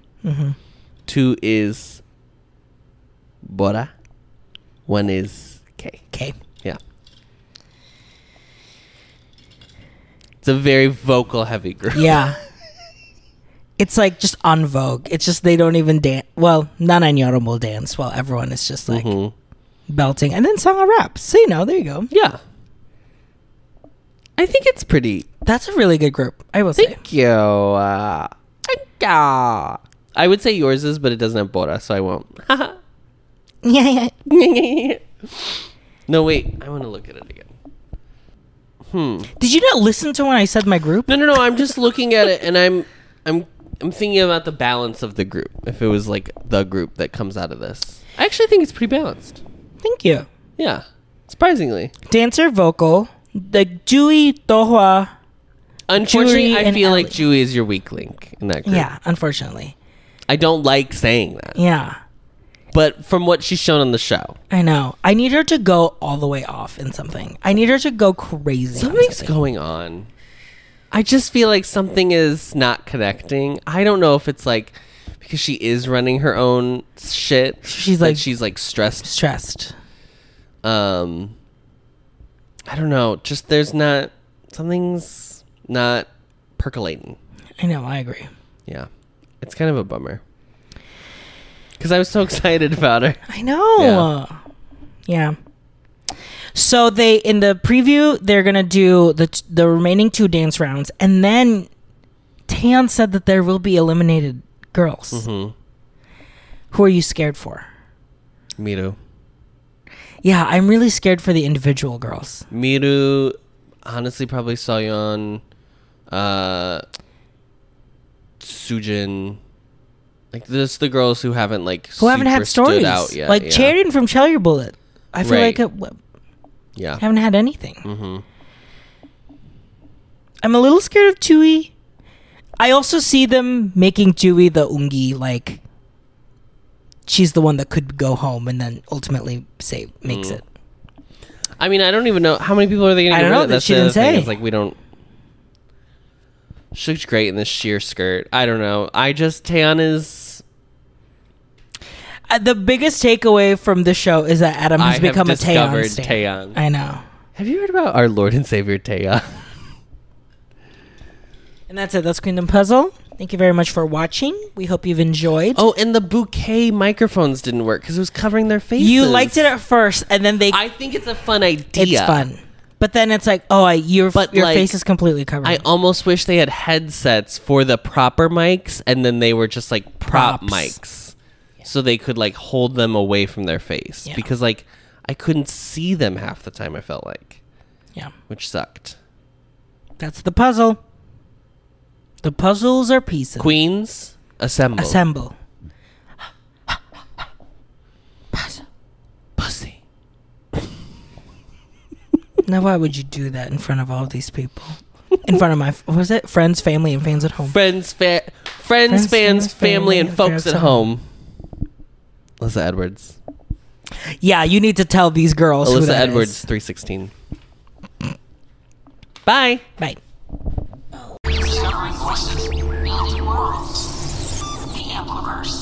S2: Two is Bora. One is K.
S1: okay
S2: Yeah. It's a very vocal heavy group.
S1: Yeah. It's like just on vogue. It's just they don't even dance. Well, Nana and Yoram will dance while everyone is just like
S2: Mhm.
S1: belting. And then Sangha raps. So, you know, there you go.
S2: Yeah. I think it's pretty.
S1: That's a really good group, I will say.
S2: Thank you. Uh, thank you. I would say yours is, but it doesn't have Bora, so I won't.
S1: Yeah, yeah.
S2: no, wait. I want to look at it again.
S1: Did you not listen to when I said my group?
S2: No, no, no. I'm just looking at it, and I'm, I'm, I'm thinking about the balance of the group. If it was like the group that comes out of this, I actually think it's pretty balanced.
S1: Thank you.
S2: Yeah, surprisingly.
S1: Dancer, vocal. The Dewey, Dohwa.
S2: Unfortunately,
S1: Jury
S2: I
S1: and
S2: feel
S1: Ellie.
S2: like Chewie is your weak link in that group.
S1: Yeah, unfortunately.
S2: I don't like saying that,
S1: Yeah,
S2: but from what she's shown on the show,
S1: I know. I need her to go all the way off in something. I need her to go crazy. on
S2: Something's
S1: something.
S2: going on. I just feel like something is not connecting. I don't know if it's like because she is running her own shit.
S1: She's
S2: that
S1: like-
S2: she's like stressed.
S1: Stressed.
S2: Um I don't know. Just there's not something's not percolating.
S1: I know, I agree.
S2: Yeah. It's kind of a bummer. Cuz I was so excited about her.
S1: I know. Yeah. So they in the preview they're gonna do the t- the remaining two dance rounds, and then Tan said that there will be eliminated girls.
S2: Mm-hmm.
S1: Who are you scared for?
S2: Miru.
S1: Yeah, I'm really scared for the individual girls.
S2: Miru honestly probably Soyeon, uh, Sujin, like this the girls who haven't like
S1: Who haven't had
S2: super stood
S1: stories
S2: out yet,
S1: like
S2: yeah.
S1: Sheridan from Cheller Bullet. I feel
S2: Right.
S1: like it, w-
S2: Yeah,
S1: haven't had anything.
S2: Mm-hmm.
S1: I'm a little scared of Chewy. I also see them making Chewy the Ungi like she's the one that could go home and then ultimately say makes
S2: Mm.
S1: it.
S2: I mean I don't even know how many people are they gonna.
S1: I
S2: get
S1: don't
S2: rid
S1: know,
S2: of?
S1: that
S2: That's
S1: she
S2: the
S1: didn't
S2: other thing,
S1: say.
S2: is, like we don't. She looks great in this sheer skirt. I don't know. I just Taeyeon is.
S1: Uh, the biggest takeaway from the show is that Adam has
S2: I have
S1: become a
S2: discovered
S1: Taeyeon. stan.
S2: Taeyeon.
S1: I know.
S2: Have you heard about our Lord and Savior Taeyeon?
S1: And that's it. That's Queendom Puzzle. Thank you very much for watching. We hope you've enjoyed.
S2: Oh, and the bouquet microphones didn't work because it was covering their faces.
S1: you liked it at first, and then they
S2: I think it's a fun idea.
S1: it's fun. But then it's like, oh, I, your
S2: But,
S1: your
S2: like,
S1: face is completely covered.
S2: I almost wish they had headsets for the proper mics and then they were just like prop
S1: Props.
S2: mics. So they could like hold them away from their face
S1: Yeah.
S2: because like I couldn't see them half the time I felt like,
S1: yeah,
S2: which sucked.
S1: that's the puzzle. The puzzles are pieces.
S2: Queens assemble.
S1: Assemble.
S2: Pussy.
S1: Now, why would you do that in front of all these people? in front of my what was it friends, family, and fans at home.
S2: Friends, fa- friends,
S1: Friends, fans,
S2: fans, family, and folks
S1: fans
S2: at
S1: at
S2: home. Alyssa Edwards.
S1: Yeah, you need to tell these girls. who
S2: Alyssa
S1: that is.
S2: Edwards, 316. Bye.
S1: Bye.
S3: Discovering voices, beyond worlds, the Ampliverse.